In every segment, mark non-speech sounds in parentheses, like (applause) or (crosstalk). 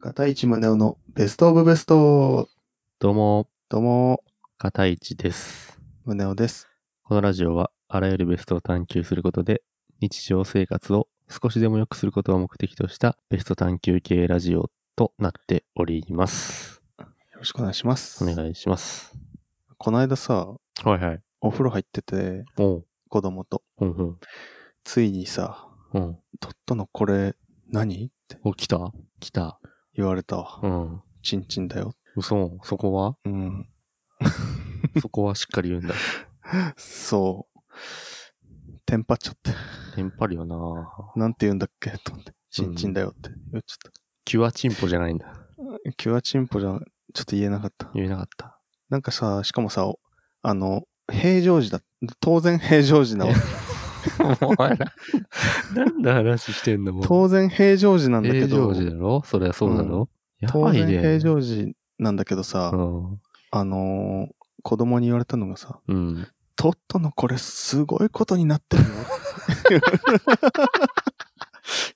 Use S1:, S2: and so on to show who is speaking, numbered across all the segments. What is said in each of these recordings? S1: 片市宗男のベストオブベスト。
S2: どうも、
S1: どうも、
S2: 片市です。
S1: 宗男です。
S2: このラジオは、あらゆるベストを探求することで、日常生活を少しでも良くすることを目的とした、ベスト探求系ラジオとなっております。
S1: よろしくお願いします。
S2: お願いします。
S1: この間さ、
S2: はいはい。
S1: お風呂入ってて、
S2: おう、
S1: 子供と、
S2: うんうん、
S1: ついにさ、
S2: うん。
S1: トットのこれ何って
S2: お、来た来た。
S1: 言われたわ。
S2: うん。
S1: ちんちんだよ。
S2: 嘘、そこ (laughs) は
S1: うん。
S2: そこはしっかり言うんだ。
S1: そう。テンパっちゃって。
S2: テンパるよな
S1: なんて言うんだっけと思って。ちんちんだよって言っちゃっ
S2: キュアチンポじゃないんだ。
S1: た。キュアチンポじゃ、ちょっと言えなかった。
S2: 言えなかった。
S1: なんかさ、しかもさ、おあの、平常時だ。当然平常時なわけ。
S2: (laughs) お前 (laughs) ら、なんで話してんのもう
S1: 当然平常時なんだけ
S2: 平
S1: ど
S2: 常、時だろそれはそうだろ、や
S1: 当
S2: ばい
S1: 然
S2: ね。
S1: 平常時なんだけどさ、
S2: うん。
S1: あのー子供に言われたのがさ、
S2: うん。
S1: トットのこれすごいことになってるよ。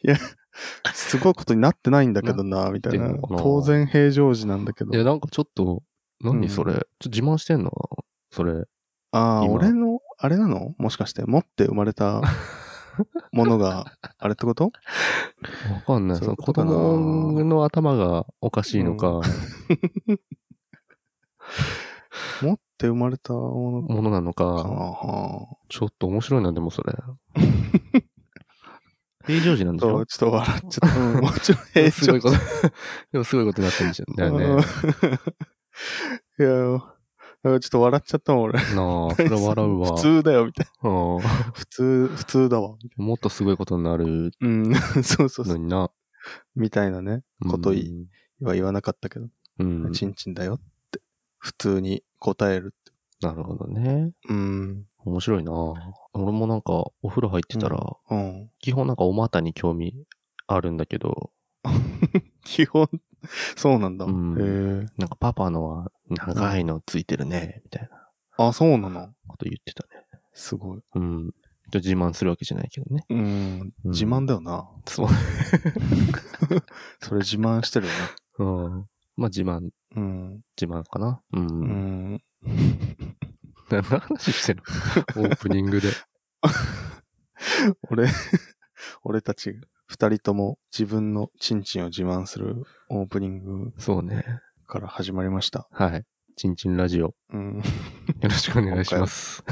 S1: いや、すごいことになってないんだけどな、みたいな
S2: なってんの。かな
S1: 当然平常時なんだけ
S2: いや、
S1: ど。
S2: なんかちょっと、
S1: うん
S2: 何それ、ちょっと自慢してんのそれ。
S1: ああ、
S2: 今
S1: 俺の、あれなのもしかして、持って生まれ
S2: (laughs)
S1: たものが、あれってこと
S2: わかんない。
S1: そ
S2: そう
S1: いう
S2: の
S1: こ
S2: 子
S1: とかな
S2: 供の頭がおかしいのか、
S1: 持って生まれたもの
S2: ものなの
S1: かな
S2: か、ちょっと面白いな、でも
S1: (laughs)
S2: それ。平常時なんでし
S1: そ
S2: ょ
S1: う、ちょっと笑っちゃった。うんもちろん平常時
S2: すごいこと。 (laughs) でもすごいことになってるんじゃんだ
S1: (laughs)
S2: よね。な
S1: うんいや、なんかちょっと笑っちゃったもん、俺。
S2: あ、それは笑う
S1: (laughs)
S2: わ。
S1: 普通だよ、みたい
S2: うん (laughs)
S1: な。普通、普通だわ。
S2: もっとすごいことになる
S1: うん、 (laughs) そうそうそ
S2: の
S1: う。
S2: にな。
S1: みたいなね、こといは言わなかったけど、
S2: うん。うん。
S1: ちんちんだよって、普通に答えるっ
S2: なるほどね。
S1: て。うん、
S2: 面白いなぁ俺もなんかお風呂入ってたら、
S1: うん。 (laughs)
S2: 基本なんかお股に興味あるんだけど、
S1: 基本、そうなんだ。
S2: うん
S1: へえ。
S2: なんかパパのは長いのついてるね、みたいな
S1: あ、そうなの
S2: こと言ってたね。
S1: すごい。
S2: うん。ちょっと自慢するわけじゃないけどね。
S1: うん、
S2: うん
S1: 自慢だよな。
S2: そう。
S1: (laughs) それ自慢してるよね。
S2: うん。まあ自慢、
S1: うん、
S2: 自慢かな。う。
S1: うんん。
S2: 何の話してるの (laughs) オープニングで。
S1: 俺、 (laughs) 俺たち二人とも自分のチンチンを自慢するオープニング
S2: そうね。
S1: から始まりました。
S2: はい。ちんちんラジオ。よ
S1: うん、 (laughs)
S2: ろしくお願いします。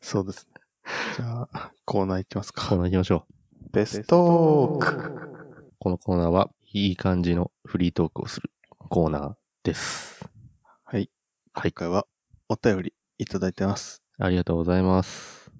S1: そうですね。じゃあ、コーナーいきます
S2: コー
S1: か。
S2: ナー行きましょう。
S1: ベストーク。
S2: このコーナーは、いい感じのフリートークをするコーナーです。
S1: はい。
S2: は
S1: 今
S2: い
S1: 回はお便りいただいてます。
S2: ありがとうございます。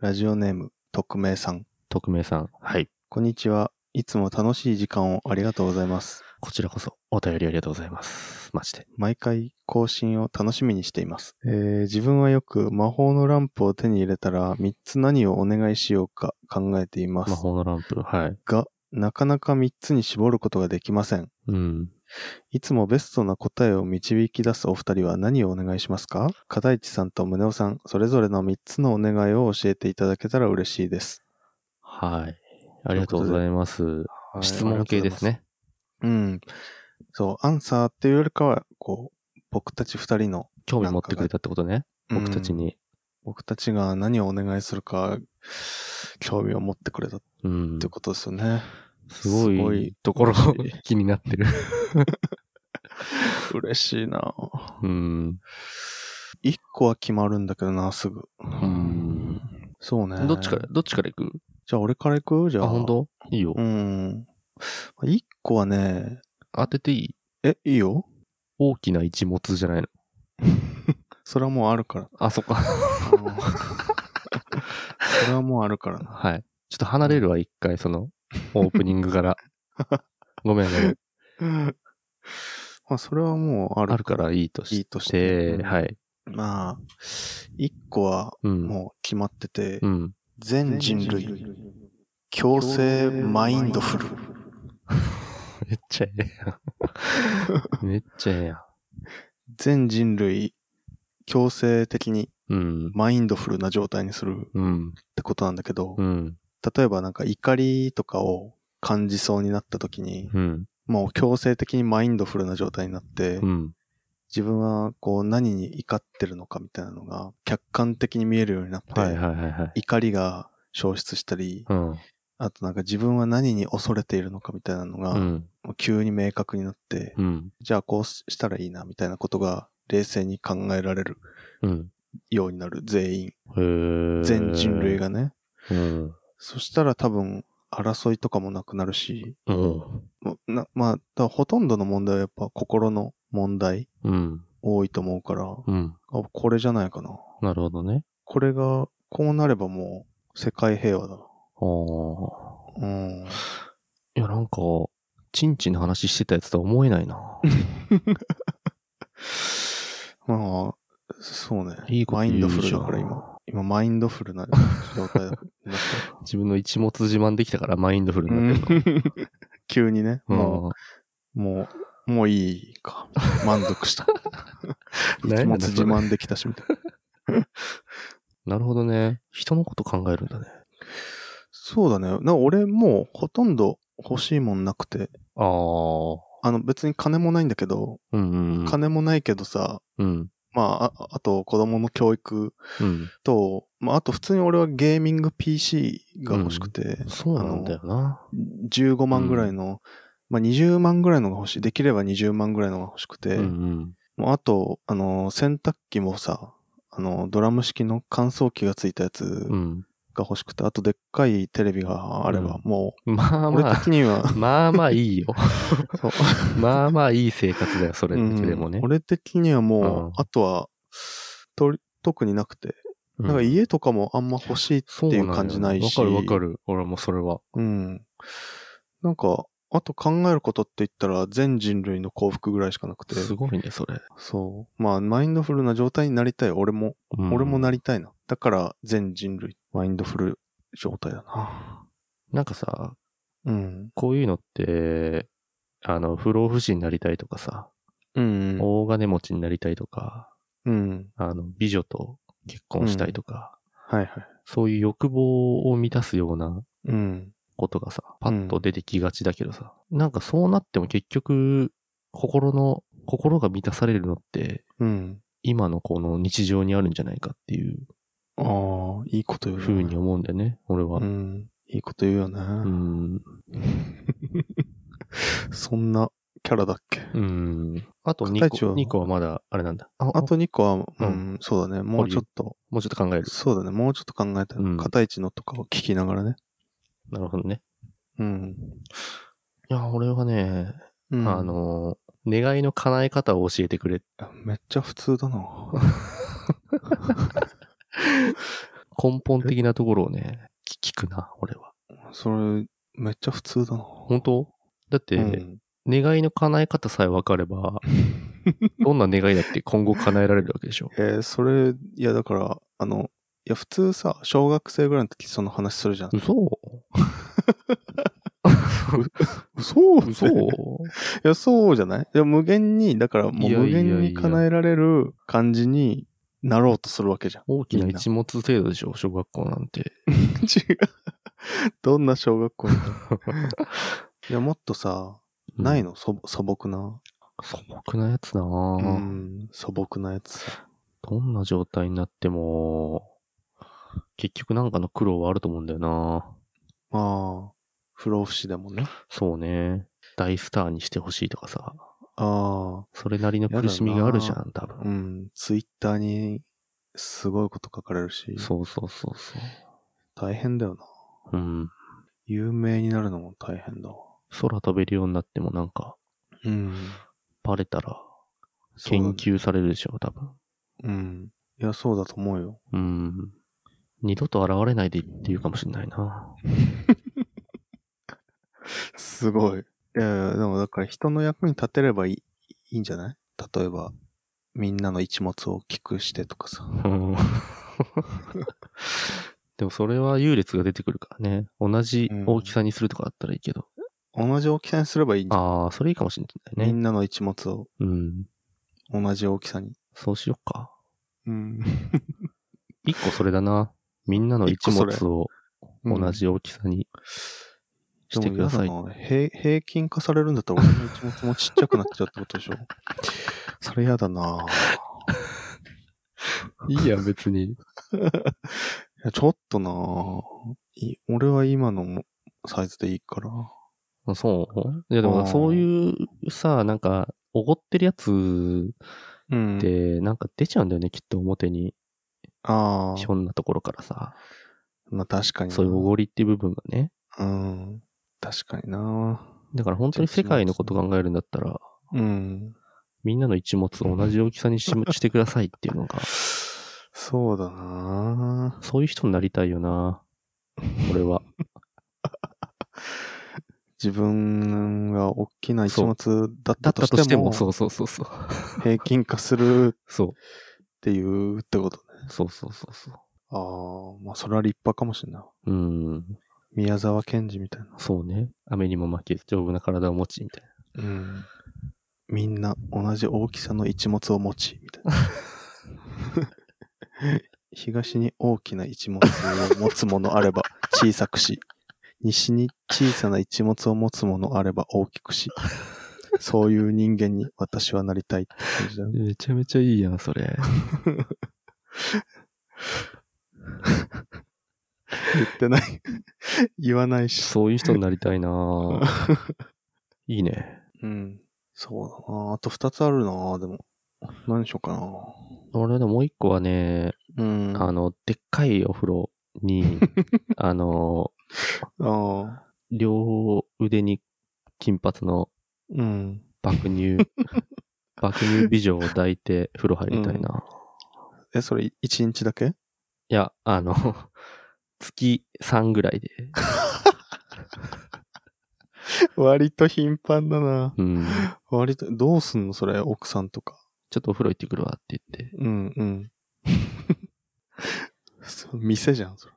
S1: ラジオネーム、匿名さん。
S2: 匿名さん。はい。
S1: こんにちは。いつも楽しい時間をありがとうございます。
S2: こちらこそお便りありがとうございます。マジで。
S1: 毎回更新を楽しみにしています、えー自分はよく魔法のランプを手に入れたら3つ何をお願いしようか考えていま
S2: 魔
S1: す
S2: 法のランプ。はい。
S1: が、なかなか3つに絞ることができません。
S2: うん。
S1: いつもベストな答えを導き出すお二人は何をお願いしますか片市さんと宗男さん、それぞれの3つのお願いを教えていただけたら嬉しいです。
S2: はい。ありがとうございます。
S1: はい
S2: 質問系
S1: ありがとう
S2: です。ね。
S1: ございますうん。そう、アンサーっていうよりかは、こう、僕たち二人の、
S2: 興味持ってくれたってことね。僕たち
S1: うん
S2: に。
S1: 僕たちが何をお願いするか、興味を持ってくれたっ
S2: うん
S1: て。ことですよね。
S2: すご
S1: すごい
S2: いところ (laughs) 気になって (laughs) る。
S1: 嬉しいな
S2: うん。
S1: 一個は決まるんだけどな、すぐ。
S2: うん。
S1: そうね。
S2: どっちから、どっちから行く
S1: じゃあ俺から行くじゃ
S2: あ、
S1: あ。
S2: 本当？いいよ
S1: う。ん。一個はね、
S2: 当てていい
S1: え、いいよ。
S2: 大きな一物じゃないの。
S1: それはもうある
S2: (laughs)
S1: から。
S2: あ、そっか。
S1: あのそれはもうあるからな。
S2: はい。ちょっと離れるわ、一回、その、オープニング (laughs) から。ごめんごめん。
S1: まあ、それはもうある。
S2: あるからいいとして。
S1: いいとしてうん
S2: はい。
S1: まあ、一個は
S2: うん。
S1: もう決まってて、
S2: うん。 (laughs)
S1: 全人類、強制マインドフル。
S2: めっちゃええやん。めっちゃええやん。
S1: 全人類、強制的に
S2: うん。
S1: マインドフルな状態にするっ
S2: うん。
S1: てことなんだけど、
S2: うん。
S1: 例えばなんか怒りとかを感じそうになった時に、
S2: うん。
S1: もう強制的にマインドフルな状態になって、
S2: うん。
S1: 自分はこう何に怒ってるのかみたいなのが客観的に見えるようになって、
S2: はいはいはいはい。
S1: 怒りが消失したり、
S2: うん。
S1: あとなんか自分は何に恐れているのかみたいなのが、
S2: うん。
S1: もう急に明確になって、
S2: うん。
S1: じゃあこうしたらいいなみたいなことが冷静に考えられる
S2: うん。
S1: ようになる全員、
S2: へー
S1: 全人類。がね。
S2: うん。
S1: そしたら多分争いとかもなくなるし、
S2: うん。
S1: もうなまあ、だからほとんどの問題はやっぱ心の問題
S2: うん。
S1: 多いと思うから、
S2: うん。
S1: あこれじゃないかな。
S2: なるほどね。
S1: これが、こうなればもう世界平和だな。
S2: ああ。
S1: うん。
S2: いや、なんか、チンチンの話してたやつとは思えな
S1: (laughs)
S2: いな。
S1: まあ、そうね。
S2: いいこと
S1: マイ
S2: 言
S1: ン
S2: うじゃ
S1: ド
S2: ん
S1: フルだから今。今マインドフルな状態だ
S2: (laughs)
S1: った。
S2: 自分の一物自慢できたからマインドフルになってる
S1: うん急にね、
S2: の。
S1: もう、もう、もういいか。満足
S2: (laughs)
S1: した。
S2: うん。な
S1: 気
S2: ん
S1: 持
S2: だ
S1: ち
S2: それ
S1: 自慢できたしみたいな。
S2: なるほどね。人のこと考えるんだね。
S1: そうだね。なんか俺もうほとんど欲しいもんなくて。
S2: ああ。
S1: あの別に金もないんだけど、
S2: うんうんうん。
S1: 金もないけどさ、
S2: うん。
S1: まあ、ああと子供の教育
S2: うん。
S1: と、まあ、あと普通に俺はゲーミング PC が欲しくて、
S2: そうなんだよな。
S1: 15万ぐらいの、まあ、20万ぐらいのが欲しい。できれば20万ぐらいのが欲しくて、
S2: うんうん。
S1: もうあと、あの、洗濯機もさ、あの、ドラム式の乾燥機がついたやつ
S2: うん。
S1: が欲しくて、あとでっかいテレビがあれば、も
S2: まあ
S1: う、俺
S2: まあ
S1: 的、に
S2: (laughs)
S1: は、
S2: まあまあいいよ。
S1: (laughs) そう
S2: (laughs) まあまあいい生活だよ、それだけでもね
S1: うん。俺的にはもう、
S2: うん
S1: あとは、とり特になくて、
S2: うん
S1: なんか家とかもあんま欲しいっていう感じないし。
S2: そうなんだよわかるわかる。俺もそれは。
S1: うん。なんか、あと考えることって言ったら全人類の幸福ぐらいしかなくて。
S2: すごいね、それ。
S1: そう。まあ、マインドフルな状態になりたい。俺も、
S2: うん
S1: 俺もなりたいな。だから、全人類、マインドフル状態だな。
S2: なんかさ、
S1: うん。
S2: こういうのって、あの、不老不死になりたいとかさ、
S1: うん。
S2: 大金持ちになりたいとか、
S1: うん。
S2: あの、美女と結婚したいとか、
S1: はいはい。
S2: そういう欲望を満たすような
S1: うん。
S2: ことがさ、パッと出てきがちだけどさ、なんかそうなっても結局、心の、心が満たされるのって、
S1: うん。
S2: 今のこの日常にあるんじゃないかっていう
S1: ああ、いいこと言うな。
S2: ふうに思うんだよね、俺は
S1: う。ん。いいこと言うよね。
S2: うん。
S1: そんなキャラだっけ。
S2: うん。あと
S1: 片
S2: 2
S1: 一
S2: 個、
S1: は
S2: 二個はまだ、あれなんだ。あ
S1: あと2個は、うん、
S2: う
S1: そうだね。もうちょっと、
S2: もうちょっと考える。
S1: そうだね。もうちょっと考えた
S2: うん
S1: い。片一のとかを聞きながらね。
S2: なるほどね。
S1: うん。
S2: いや、俺はね、
S1: うん
S2: あ、の、願いの叶え方を教えてくれ。
S1: めっちゃ普通だな。
S2: (laughs) 根本的なところをね、聞聞くな、俺は。
S1: それ、めっちゃ普通だな。
S2: 本当だって、
S1: うん
S2: 願いの叶え方さえ分か
S1: (laughs)
S2: れば、どんな願いだって今後叶えられるわけでしょ。
S1: えーそれ、いやだから、あの、いや普通さ、小学生ぐらいの時その話するじゃん。
S2: 嘘
S1: (laughs) そう
S2: 嘘
S1: いや、そうじゃないいや、無限に、だからもう
S2: いやいや
S1: 無
S2: いや
S1: 限に叶えられる感じになろうとするわ
S2: (laughs)
S1: けじゃん。
S2: 大きな一物程度でしょ、小学校なんて。
S1: 違う。どんな小学
S2: (laughs)
S1: 校みたいないや、もっとさ、ない
S2: の
S1: の素素朴な。
S2: 素朴なやつな
S1: う
S2: ぁ、
S1: ん、素朴なやつさ。
S2: どんな状態になっても、結局なんかの苦労はあると思うんだよな
S1: まあ、不老不死でもね。
S2: そうね。大スターにしてほしいとかさ。
S1: あ
S2: それなりの苦しみがあるじゃん、多
S1: あ、う
S2: 分。
S1: ん、ツイッターにすごいこと書かれるし、
S2: そうそうそうそ
S1: 大変だよな。
S2: う。うん。
S1: 有名になるのも大変だわ。
S2: 空飛べるようになってもなんか、
S1: うん。
S2: バレたら
S1: そうだ
S2: 研
S1: ね
S2: 究されるでしょ、多分。
S1: うん。いや、そうだと思うよ。
S2: うん。二度と現れないでっていうかもしんないな。
S1: すごい。いやいや、でもだから人の役に立てればいいいいんじゃない例えば、みんなの一物を聞くしてとかさ。
S2: うん (laughs) でもそれは優劣が出てくるからね。同じ大きさにするとかだったらいいけど。
S1: 同じ大きさにすればいいんじゃ
S2: ああ、それいいかもしんな
S1: ないいみ
S2: ね。
S1: んなの一物を
S2: うん。
S1: 同じ大きさに。
S2: そうしよっか。
S1: うん。
S2: 一個それだな。みんなの一
S1: 一個それ
S2: 物を同じ大きさにしてください
S1: で。も嫌な平平均化されるんだったら俺の一物もちっちゃくなっちゃうって
S2: (laughs)
S1: ことでしょそれ嫌だなぁ
S2: いいや、別に。
S1: いやちょっとなぁい俺は今のもサイズでいいから。
S2: あそういや、でも
S1: あー
S2: そういうさ、なんか、おごってるやつ
S1: うん
S2: って、なんか出ちゃうんだよね、きっと表に。
S1: あ
S2: ひ
S1: あ。
S2: ょんなところからさ。
S1: まあ確かにな。
S2: そういうおごりっていう部分がね。
S1: うん。確かにな
S2: だから本当に世界のこと考えるんだったら、
S1: うん。
S2: みんなの一物を同じ大き (laughs) さにししてくださいっていうのが、
S1: そうだな
S2: そういう人になりたいよな。俺は。
S1: 自分が大きな一物だっ
S2: (laughs) だ
S1: たと
S2: ったと
S1: し
S2: してても、
S1: も、
S2: そうそうそうそう。
S1: 平均化するっ
S2: そう。
S1: ていうってことね。
S2: そうそうそうそ
S1: ああ、まあそれは立派かもしれない。
S2: う。うん。
S1: 宮沢賢治みたいな。
S2: そうね。雨にも負けず、丈夫な体を持ち、みたいな。
S1: うん。みんな同じ大きさの一物を持ち、みたいな。 (laughs) 東に大きな一物を持つものあれば小さくし、西に小さな一物を持つものあれば大きくし、そういう人間に私はなりたいって感じだね。
S2: めちゃめちゃいいやん、それ。
S1: 言ってない。言わないし。
S2: そういう人になりたいな (laughs) ぁいいね。
S1: うん。そうだなあと二つあるなでも。何しようか
S2: 俺でももう一個はね、
S1: なうん。
S2: あの、でっかいお風呂 (laughs) に、あの、
S1: ああ。
S2: 両腕に金髪の
S1: うん。
S2: 爆
S1: (laughs)
S2: 乳、爆乳美女を抱いて風呂入りたいな。
S1: え、それ一日だけ
S2: いや、あの、 (laughs) 月3ぐらいで。
S1: 割と頻繁だな
S2: うん。
S1: 割と、どうすんのそれ、奥さんとか。
S2: ちょっとお風呂行ってくるわって言って。
S1: うんうん。 (laughs) そう店じゃん、それ。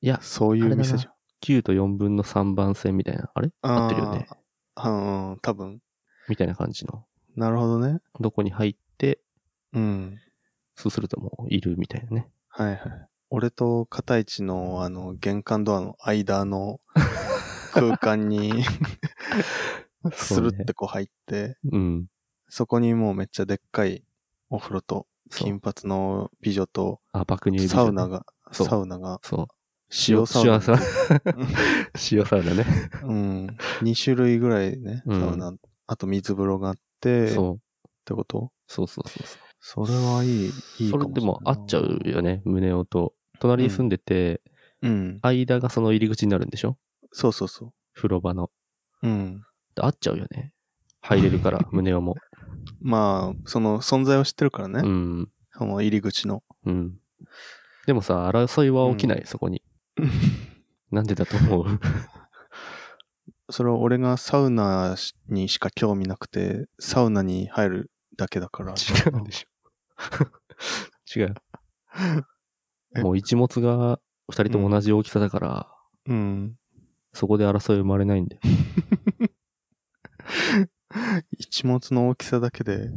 S2: いや
S1: そういう店じ
S2: 9と4分の3番線みたいな。あれ
S1: ゃん。
S2: 合ってるよね。
S1: あー。うん、多分。
S2: みたいな感じの。
S1: なるほどね。
S2: どこに入って、
S1: うん。
S2: そうするともういるみたいなね。
S1: はいはい。俺と片市の、あの、玄関ドアの間
S2: (laughs)
S1: の空間に、スルってこう入って、
S2: うん。
S1: そこにもうめっちゃでっかいお風呂と、
S2: そう
S1: 金髪の美女と、
S2: あ、爆乳美女
S1: サウナが、
S2: そう
S1: サウナが、
S2: そう。
S1: 塩サウナ
S2: 塩サウ塩サウナね。
S1: うん。2種類ぐらいね、
S2: うん
S1: サウナ、あと水風呂があって、っ
S2: そう。
S1: てこと
S2: そうそうそうそ
S1: それはいい、
S2: う。
S1: いい
S2: そ
S1: か
S2: れ
S1: も
S2: でも合っちゃうよね、胸音と。隣に住んでて、
S1: しれないな。うん。
S2: 間がその入り口になるんでしょ
S1: そうそうそ
S2: 風呂場の。
S1: う。うん。
S2: 合っちゃうよね。入れる
S1: (laughs)
S2: から、胸音も。
S1: まあ、その存在を知ってるからね。
S2: うん。
S1: その入り口の。
S2: うん。でもさ、争いは起きない、そこ
S1: (laughs)
S2: に。なんでだと思う
S1: それは俺がサウナにしか興味なくて、サウナに入るだけだから。
S2: 違うでしょ。 (laughs) 違
S1: え
S2: う。もう一物が二人とも同じ大きさだから、
S1: うん。
S2: そこで争い生まれないんだよ。
S1: 一物の大きさだけで、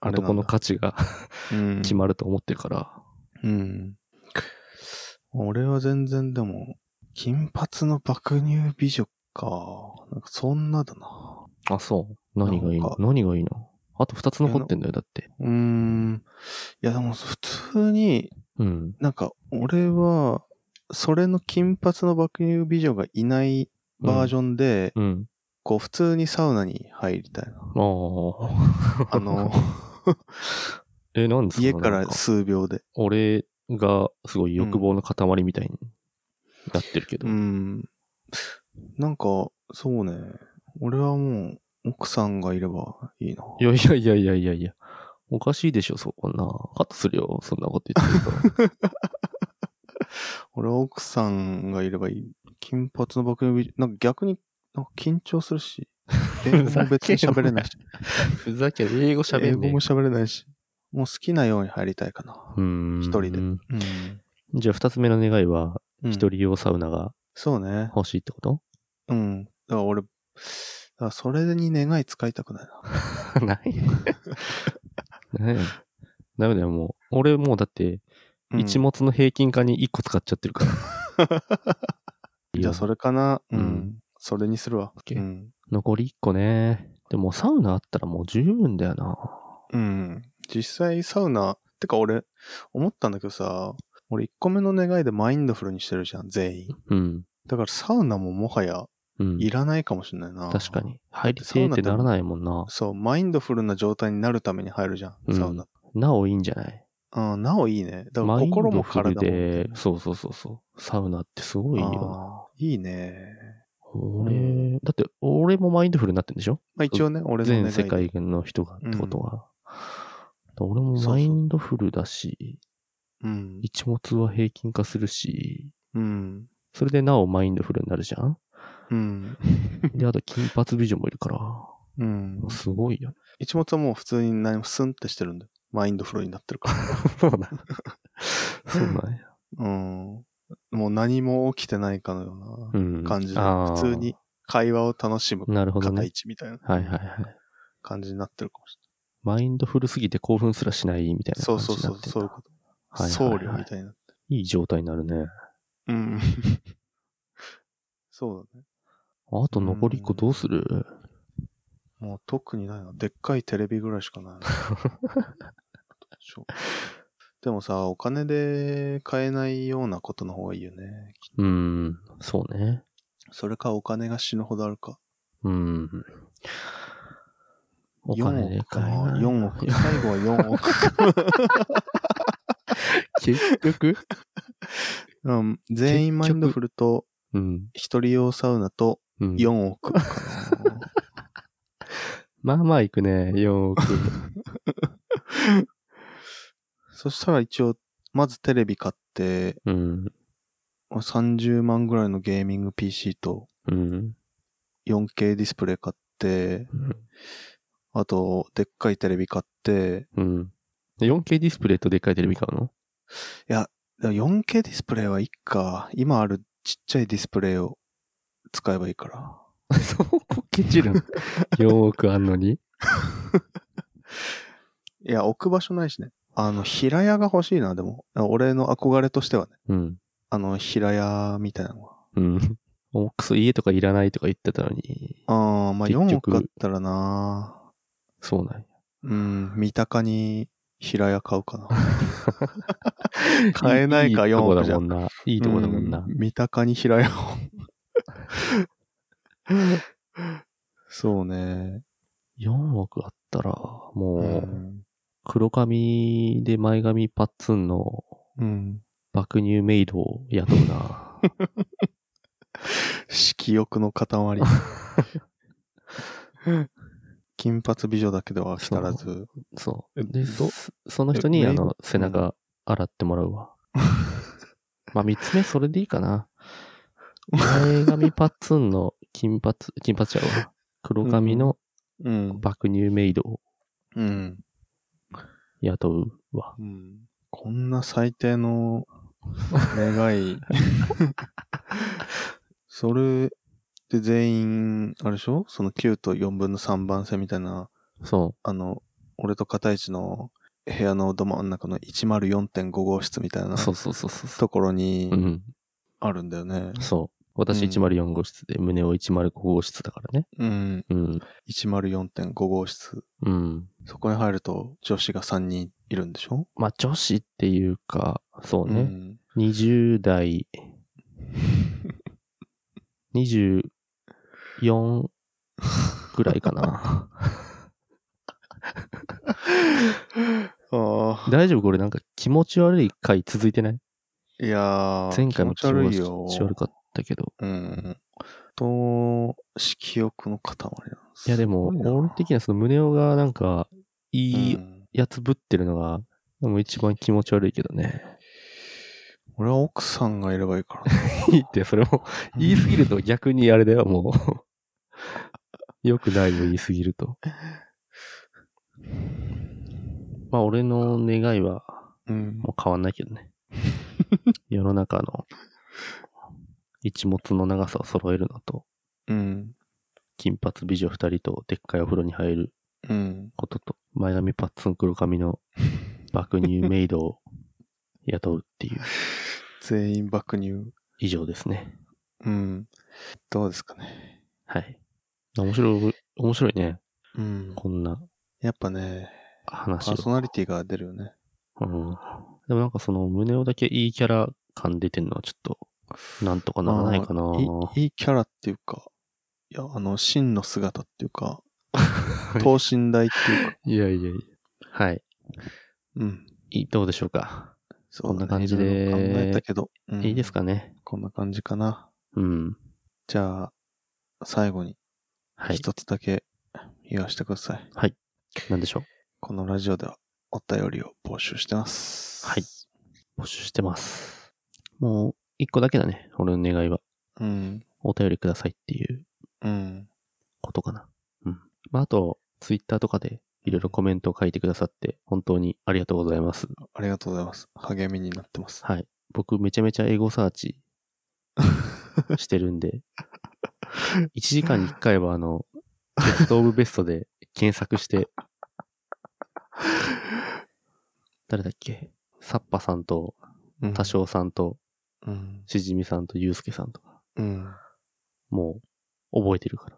S1: あれなんだ
S2: 男の価値が
S1: うん。
S2: 決まると思ってるから。
S1: うん。俺は全然でも、金髪の爆乳美女か。なんかそんなだな。
S2: あ、そう。何がいい
S1: な
S2: の
S1: んか
S2: 何がいいのあと二つ残ってんだよ、だって。
S1: うーん。いやでも普通に、
S2: うん。
S1: なんか俺は、それの金髪の爆乳美女がいないバージョンで、
S2: うん。
S1: こう普通にサウナに入りたい
S2: (laughs)
S1: な。
S2: ああ。
S1: あの、
S2: え、なんですか
S1: 家か
S2: なん
S1: ら数秒で。
S2: 俺がすごい欲望の塊みたいになってるけど。
S1: うん。なんか、そうね。俺はもう、奥さんがいればいいな。
S2: いやいやいやいやいやいや。おかしいでしょ、そこな。カットするよ、そんなこと言ってると。
S1: 俺は奥さんがいればいい。金髪の爆乳美女、なんか逆になんか緊張する
S2: (laughs)
S1: し、英語も別に喋れないし、
S2: ふざけん英語喋
S1: 英
S2: る
S1: 語
S2: ね
S1: も喋れないし、もう好きなように入りたいかな。
S2: うーん。
S1: 一人で
S2: じゃあ二つ目の願いは、
S1: うん
S2: 一人用サウナが
S1: そうね。
S2: 欲しいっ
S1: (laughs)
S2: てこと、
S1: うん。だから俺、だからそれに願い使いたくないな。
S2: ない。ない。ダメだよ、もう。俺もうだって、
S1: うん
S2: 一物の平均化に一個使っちゃってるから。
S1: じゃあそれかな。うん。それにするわ。
S2: OK
S1: うん。
S2: 残り1個ね。でもサウナあったらもう十分だよな。
S1: うん。実際サウナ、てか俺、思ったんだけどさ、俺1個目の願いでマインドフルにしてるじゃん、全員。
S2: うん。
S1: だからサウナももはや
S2: うん。
S1: いらないかもしれないな。
S2: 確か。に。入りてーってならないもんな。
S1: そう、マインドフルな状態になるために入るじゃ
S2: うん
S1: ん、サウナ。
S2: なおいいんじゃない
S1: うん、なおいいね。だから
S2: マインド
S1: 心も
S2: フ
S1: 体
S2: ル
S1: も。
S2: で、そうそうそうそう。サウナってすごいよ。
S1: あーいいね。
S2: 俺、だって俺もマインドフルになってんでしょ
S1: まあ一応ね、俺の願い
S2: 全
S1: で
S2: 世界の人がってことは。俺もマインドフルだし、
S1: うん。
S2: 一物は平均化するし、
S1: うん。
S2: それでなおマインドフルになるじ
S1: (laughs)
S2: ゃん
S1: うん。
S2: で、あと金髪美女もいるから、
S1: うん
S2: もう。すごいよね。
S1: 一物はもう普通に何もスンってしてるんだよ。マインドフルになってるから。
S2: そうなんや。 (laughs) そうなんや。 (laughs)
S1: うん。もう何も起きてないかのよう
S2: うん。
S1: な感じで、
S2: あー
S1: 普通に会話を楽しむ
S2: なるほど
S1: 片
S2: ね。
S1: 一みたいな
S2: はいはいはい。
S1: 感じになってるかもし
S2: マインドフルすぎて興奮すらしないみたい
S1: れ
S2: な
S1: な
S2: 感
S1: い。
S2: じ
S1: そう
S2: にな
S1: そ
S2: っ
S1: う
S2: て
S1: そ
S2: ん
S1: う、そうい
S2: だ
S1: うこと。
S2: はい
S1: 僧
S2: はい
S1: 侶
S2: はい
S1: みたいな。
S2: いい状態になるね。
S1: うん。 (laughs) そうだね。
S2: あと残り1個どうする
S1: もう特にないな。でっかいテレビぐらいしかない (laughs) な。どうしようでもさ、お金で買えないようなことの方がいいよね。
S2: うーん、そうね。
S1: それかお金が死ぬほどあるか。
S2: うーん。お金
S1: 4
S2: で
S1: 億か
S2: 買え
S1: な。
S2: ない。
S1: 4億。
S2: (laughs)
S1: 最後は4億。
S2: 結局
S1: うん、全員マインドフルと、
S2: うん。
S1: 一人用サウナと
S2: うん、
S1: 4億
S2: (laughs)
S1: かな。
S2: まあまあいくね、4億。
S1: そしたら一応、まずテレビ買って、
S2: うん。
S1: 30万ぐらいのゲーミング PC と
S2: うん。
S1: 4K ディスプレイ買って、あと、でっかいテレビ買って、
S2: うん。4K ディスプレイとでっかいテレビ買うの (laughs)
S1: でも 4K ディスプレイはいっか。今あるちっちゃいディスプレイを使えばいいから。
S2: そこケ
S1: (laughs)
S2: チるん ?4 億あんのに
S1: いや、置く場所ないしね。あの、平屋が欲しいな、でも。俺の憧れとしてはね。
S2: うん。
S1: あの、平屋みたいなのが。
S2: うん。おくそ、家とかいらないとか言ってたのに、
S1: ああ、まあ
S2: 結局
S1: 4億あったらな。
S2: そうなんや。
S1: うん、三鷹に平屋買うかな。買えないか
S2: いいとこ
S1: 4億じ
S2: だ
S1: ゃ
S2: もんな。いいとこだもんな
S1: う。三鷹に平屋を。そうね。
S2: 4億あったら、
S1: う
S2: もう、
S1: ん。
S2: 黒髪で前髪パッツンの
S1: うん。
S2: 爆乳メイドを雇う
S1: (laughs)
S2: な。
S1: 色欲の
S2: (laughs)
S1: 塊。金髪美女だけでは飽き足らず。
S2: そう
S1: え。
S2: で、
S1: ど
S2: そその人に、
S1: え
S2: あ
S1: メイ
S2: の
S1: ド、
S2: 背中洗ってもらう
S1: (laughs)
S2: わ。まあ、三つ目、それでいいかな。前髪パッツンの金髪、 (laughs) 金髪ちゃうわ。黒髪の
S1: うん。
S2: 爆乳メイドを
S1: うん。
S2: 雇うわ。
S1: うん。こんな最低の願
S2: (laughs)
S1: い。それで全員、あれでしょその9と4分の3番線みたいな、
S2: そ。
S1: あの、俺と片市の部屋のど真ん中の104.5号室みたいうな
S2: そうそうそうそうそ
S1: ところに
S2: う。うん。
S1: あるんだよね。
S2: そう。私
S1: うん
S2: 104号室で、胸を105号室だからね。
S1: うん。
S2: うん。
S1: 104.5号室。
S2: うん。
S1: そこに入ると女子が3人いるんでしょ
S2: まあ、女子っていうか、そう
S1: う
S2: ね。
S1: ん
S2: 20代、24ぐらい
S1: (laughs)
S2: かな。
S1: あ
S2: 大丈夫これなんか気持ち悪い回続いてない
S1: あ。いやー、
S2: 前回も
S1: 気持ち悪いよ。
S2: 気持ち悪かったけど。
S1: うん。と、色欲の塊なんです。
S2: いやでも、俺的にはその胸をがなんか、
S1: い
S2: いいやつぶってるのが、でも一番気持ち悪いけどね。 (laughs)
S1: 俺は奥さんがいればいいからな。
S2: いいって、それも、 (laughs) 言いすぎると逆にあれだよ、も (laughs) う。よくないよ、言いすぎると。まあ、俺の願いは、
S1: うん。
S2: もう変わんないけどね。世の中の、一物の長さを揃えるのと、
S1: うん。
S2: 金髪美女二人と、でっかいお風呂に入る
S1: うん。
S2: ことと、前髪パッツン黒髪の爆乳メイドを雇うっていう、
S1: 全員爆乳。
S2: 以上ですね。
S1: うん。どうですかね。
S2: はい。面白い、面白いね。
S1: うん。
S2: こんな
S1: やっぱね、
S2: 話
S1: パ
S2: を
S1: ー。ソナリティが出るよね。
S2: うん。でもなんかその、胸をだけいいキャラ感出てんのはちょっと、なんとかならないかな。
S1: あいいいキャラっていうか、いや、あの、真の姿っていうか、等身大っていうか、
S2: (laughs) いやいやいや。はい。
S1: うん。
S2: いいどうでしょうか。
S1: そうだね
S2: こんな感じで
S1: いろいろ考えたけど、うん
S2: いいですかね。
S1: こんな感じかな。
S2: うん。
S1: じゃあ、最後に
S2: はい。
S1: 一つだけ言わせてください。
S2: なんでしょ
S1: このラジオではお便りを募集してます。
S2: はい。う。募集してます。もう、一個だけだね。俺の願いは。
S1: うん。
S2: お便りくださいっていう
S1: うん。
S2: ことかな。うん。まあ、あと、ツイッターとかでいろいろコメントを書いてくださって、本当にありがとうございます。
S1: ありがとうございます。励みになってます。
S2: はい。僕、めちゃめちゃエゴサ
S1: (laughs)
S2: ーチしてるんで、1時間に1回は、あの、ベストオブベストで検索して、誰だっけサッパさんと、
S1: うん
S2: 多。少さんと、
S1: うん。
S2: しじみさんと、ゆうすけさんとか、
S1: うん。
S2: もう、覚えてる
S1: (laughs)
S2: から。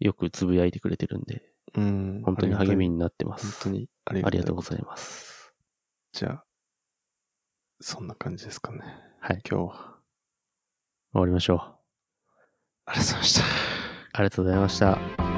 S2: よくつぶやいてくれてるんで、
S1: うん。
S2: 本当に励み
S1: に。
S2: になってま
S1: 本
S2: す。
S1: 当にあり
S2: あ
S1: がと
S2: り
S1: う
S2: がとう
S1: ございま
S2: ございます。
S1: す。じゃあ、そんな感じですかね。
S2: はい。
S1: 今日は。
S2: 終わりましょう。
S1: ありがとうございました。
S2: ありがとうございました。